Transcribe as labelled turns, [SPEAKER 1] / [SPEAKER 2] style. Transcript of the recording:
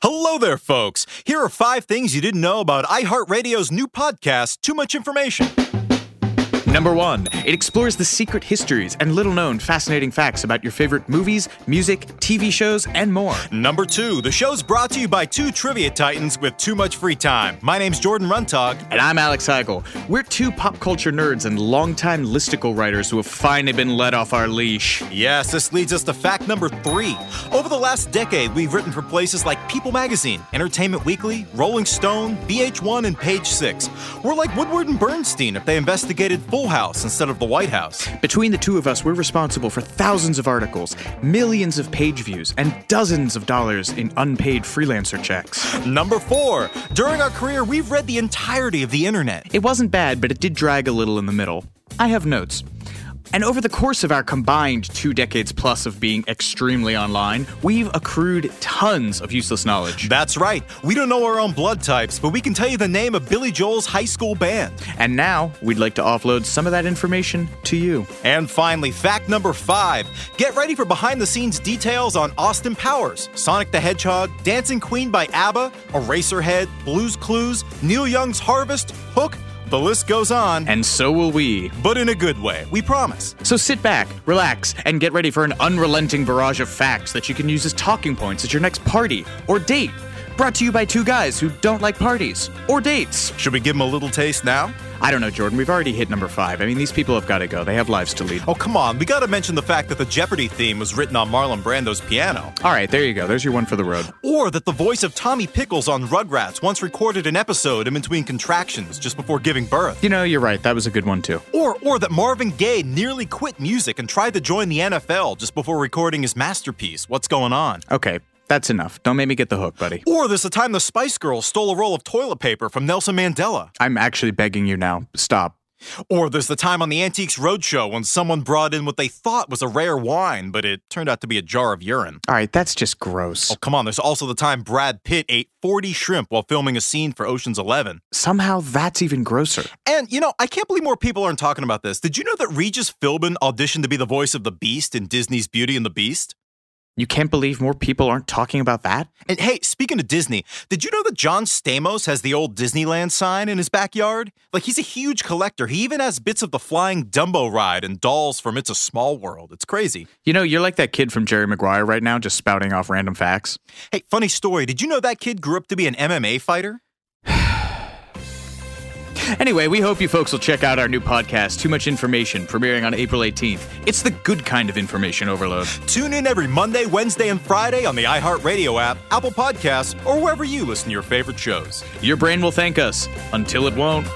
[SPEAKER 1] Hello there, folks. Here are five things you didn't know about iHeartRadio's new podcast, Too Much Information.
[SPEAKER 2] Number one, it explores the secret histories and little known fascinating facts about your favorite movies, music, TV shows, and more.
[SPEAKER 1] Number two, the show's brought to you by two trivia titans with too much free time. My name's Jordan Runtog.
[SPEAKER 2] And I'm Alex Heigl. We're two pop culture nerds and longtime listicle writers who have finally been let off our leash.
[SPEAKER 1] Yes, this leads us to fact number three. Over the last decade, we've written for places like People Magazine, Entertainment Weekly, Rolling Stone, VH1, and Page Six. We're like Woodward and Bernstein if they investigated Full House instead of the White House.
[SPEAKER 2] Between the two of us, we're responsible for thousands of articles, millions of page views, and dozens of dollars in unpaid freelancer checks.
[SPEAKER 1] Number four, during our career, we've read the entirety of the internet.
[SPEAKER 2] It wasn't bad, but it did drag a little in the middle. I have notes. And over the course of our combined two decades plus of being extremely online, we've accrued tons of useless knowledge.
[SPEAKER 1] That's right. We don't know our own blood types, but we can tell you the name of Billy Joel's high school band.
[SPEAKER 2] And now we'd like to offload some of that information to you.
[SPEAKER 1] And finally, fact number five get ready for behind the scenes details on Austin Powers, Sonic the Hedgehog, Dancing Queen by ABBA, Eraserhead, Blues Clues, Neil Young's Harvest, Hook, the list goes on,
[SPEAKER 2] And so will we.
[SPEAKER 1] but in a good way, we promise.
[SPEAKER 2] So sit back, relax, and get ready for an unrelenting barrage of facts that you can use as talking points at your next party or date. Brought to you by two guys who don't like parties or dates.
[SPEAKER 1] Should we give him a little taste now?
[SPEAKER 2] I don't know, Jordan. We've already hit number five. I mean, these people have got to go. They have lives to lead.
[SPEAKER 1] Oh, come on, we gotta mention the fact that the Jeopardy theme was written on Marlon Brando's piano,
[SPEAKER 2] All right, there you go. There's your one for the road.
[SPEAKER 1] or that the voice of Tommy Pickles on Rugrats once recorded an episode in between contractions just before giving birth.
[SPEAKER 2] You know, you're right. That was a good one, too.
[SPEAKER 1] Or, or that Marvin Gaye nearly quit music and tried to join the NFL just before recording his masterpiece, What's Going On?
[SPEAKER 2] Okay, that's enough. Don't make me get the hook, buddy.
[SPEAKER 1] Or there's the time the Spice Girls stole a roll of toilet paper from Nelson Mandela.
[SPEAKER 2] I'm actually begging you now. Stop.
[SPEAKER 1] Or there's the time on the Antiques Roadshow when someone brought in what they thought was a rare wine, but it turned out to be a jar of urine.
[SPEAKER 2] All right, that's just gross.
[SPEAKER 1] Come on, there's also the time Brad Pitt ate 40 shrimp while filming a scene for Ocean's Eleven.
[SPEAKER 2] Somehow that's even grosser.
[SPEAKER 1] And, you know, I can't believe more people aren't talking about this. Did you know that Regis Philbin auditioned to be the voice of the Beast in Disney's Beauty and the Beast?
[SPEAKER 2] You can't believe more people aren't talking about that?
[SPEAKER 1] And hey, speaking of Disney, did you know that John Stamos has the old Disneyland sign in his backyard? Like, he's a huge collector. He even has bits of the flying Dumbo ride and dolls from It's a Small World. It's crazy.
[SPEAKER 2] You know, you're like that kid from Jerry Maguire right now, just spouting off random facts.
[SPEAKER 1] Hey, funny story. Did you know that kid grew up to be an MMA fighter?
[SPEAKER 2] Anyway, we hope you folks will check out our new podcast, Too Much Information, premiering on April 18th. It's the good kind of information overload.
[SPEAKER 1] Tune in every Monday, Wednesday, and Friday on the iHeartRadio app, Apple Podcasts, or wherever you listen to your favorite shows.
[SPEAKER 2] Your brain will thank us until it won't.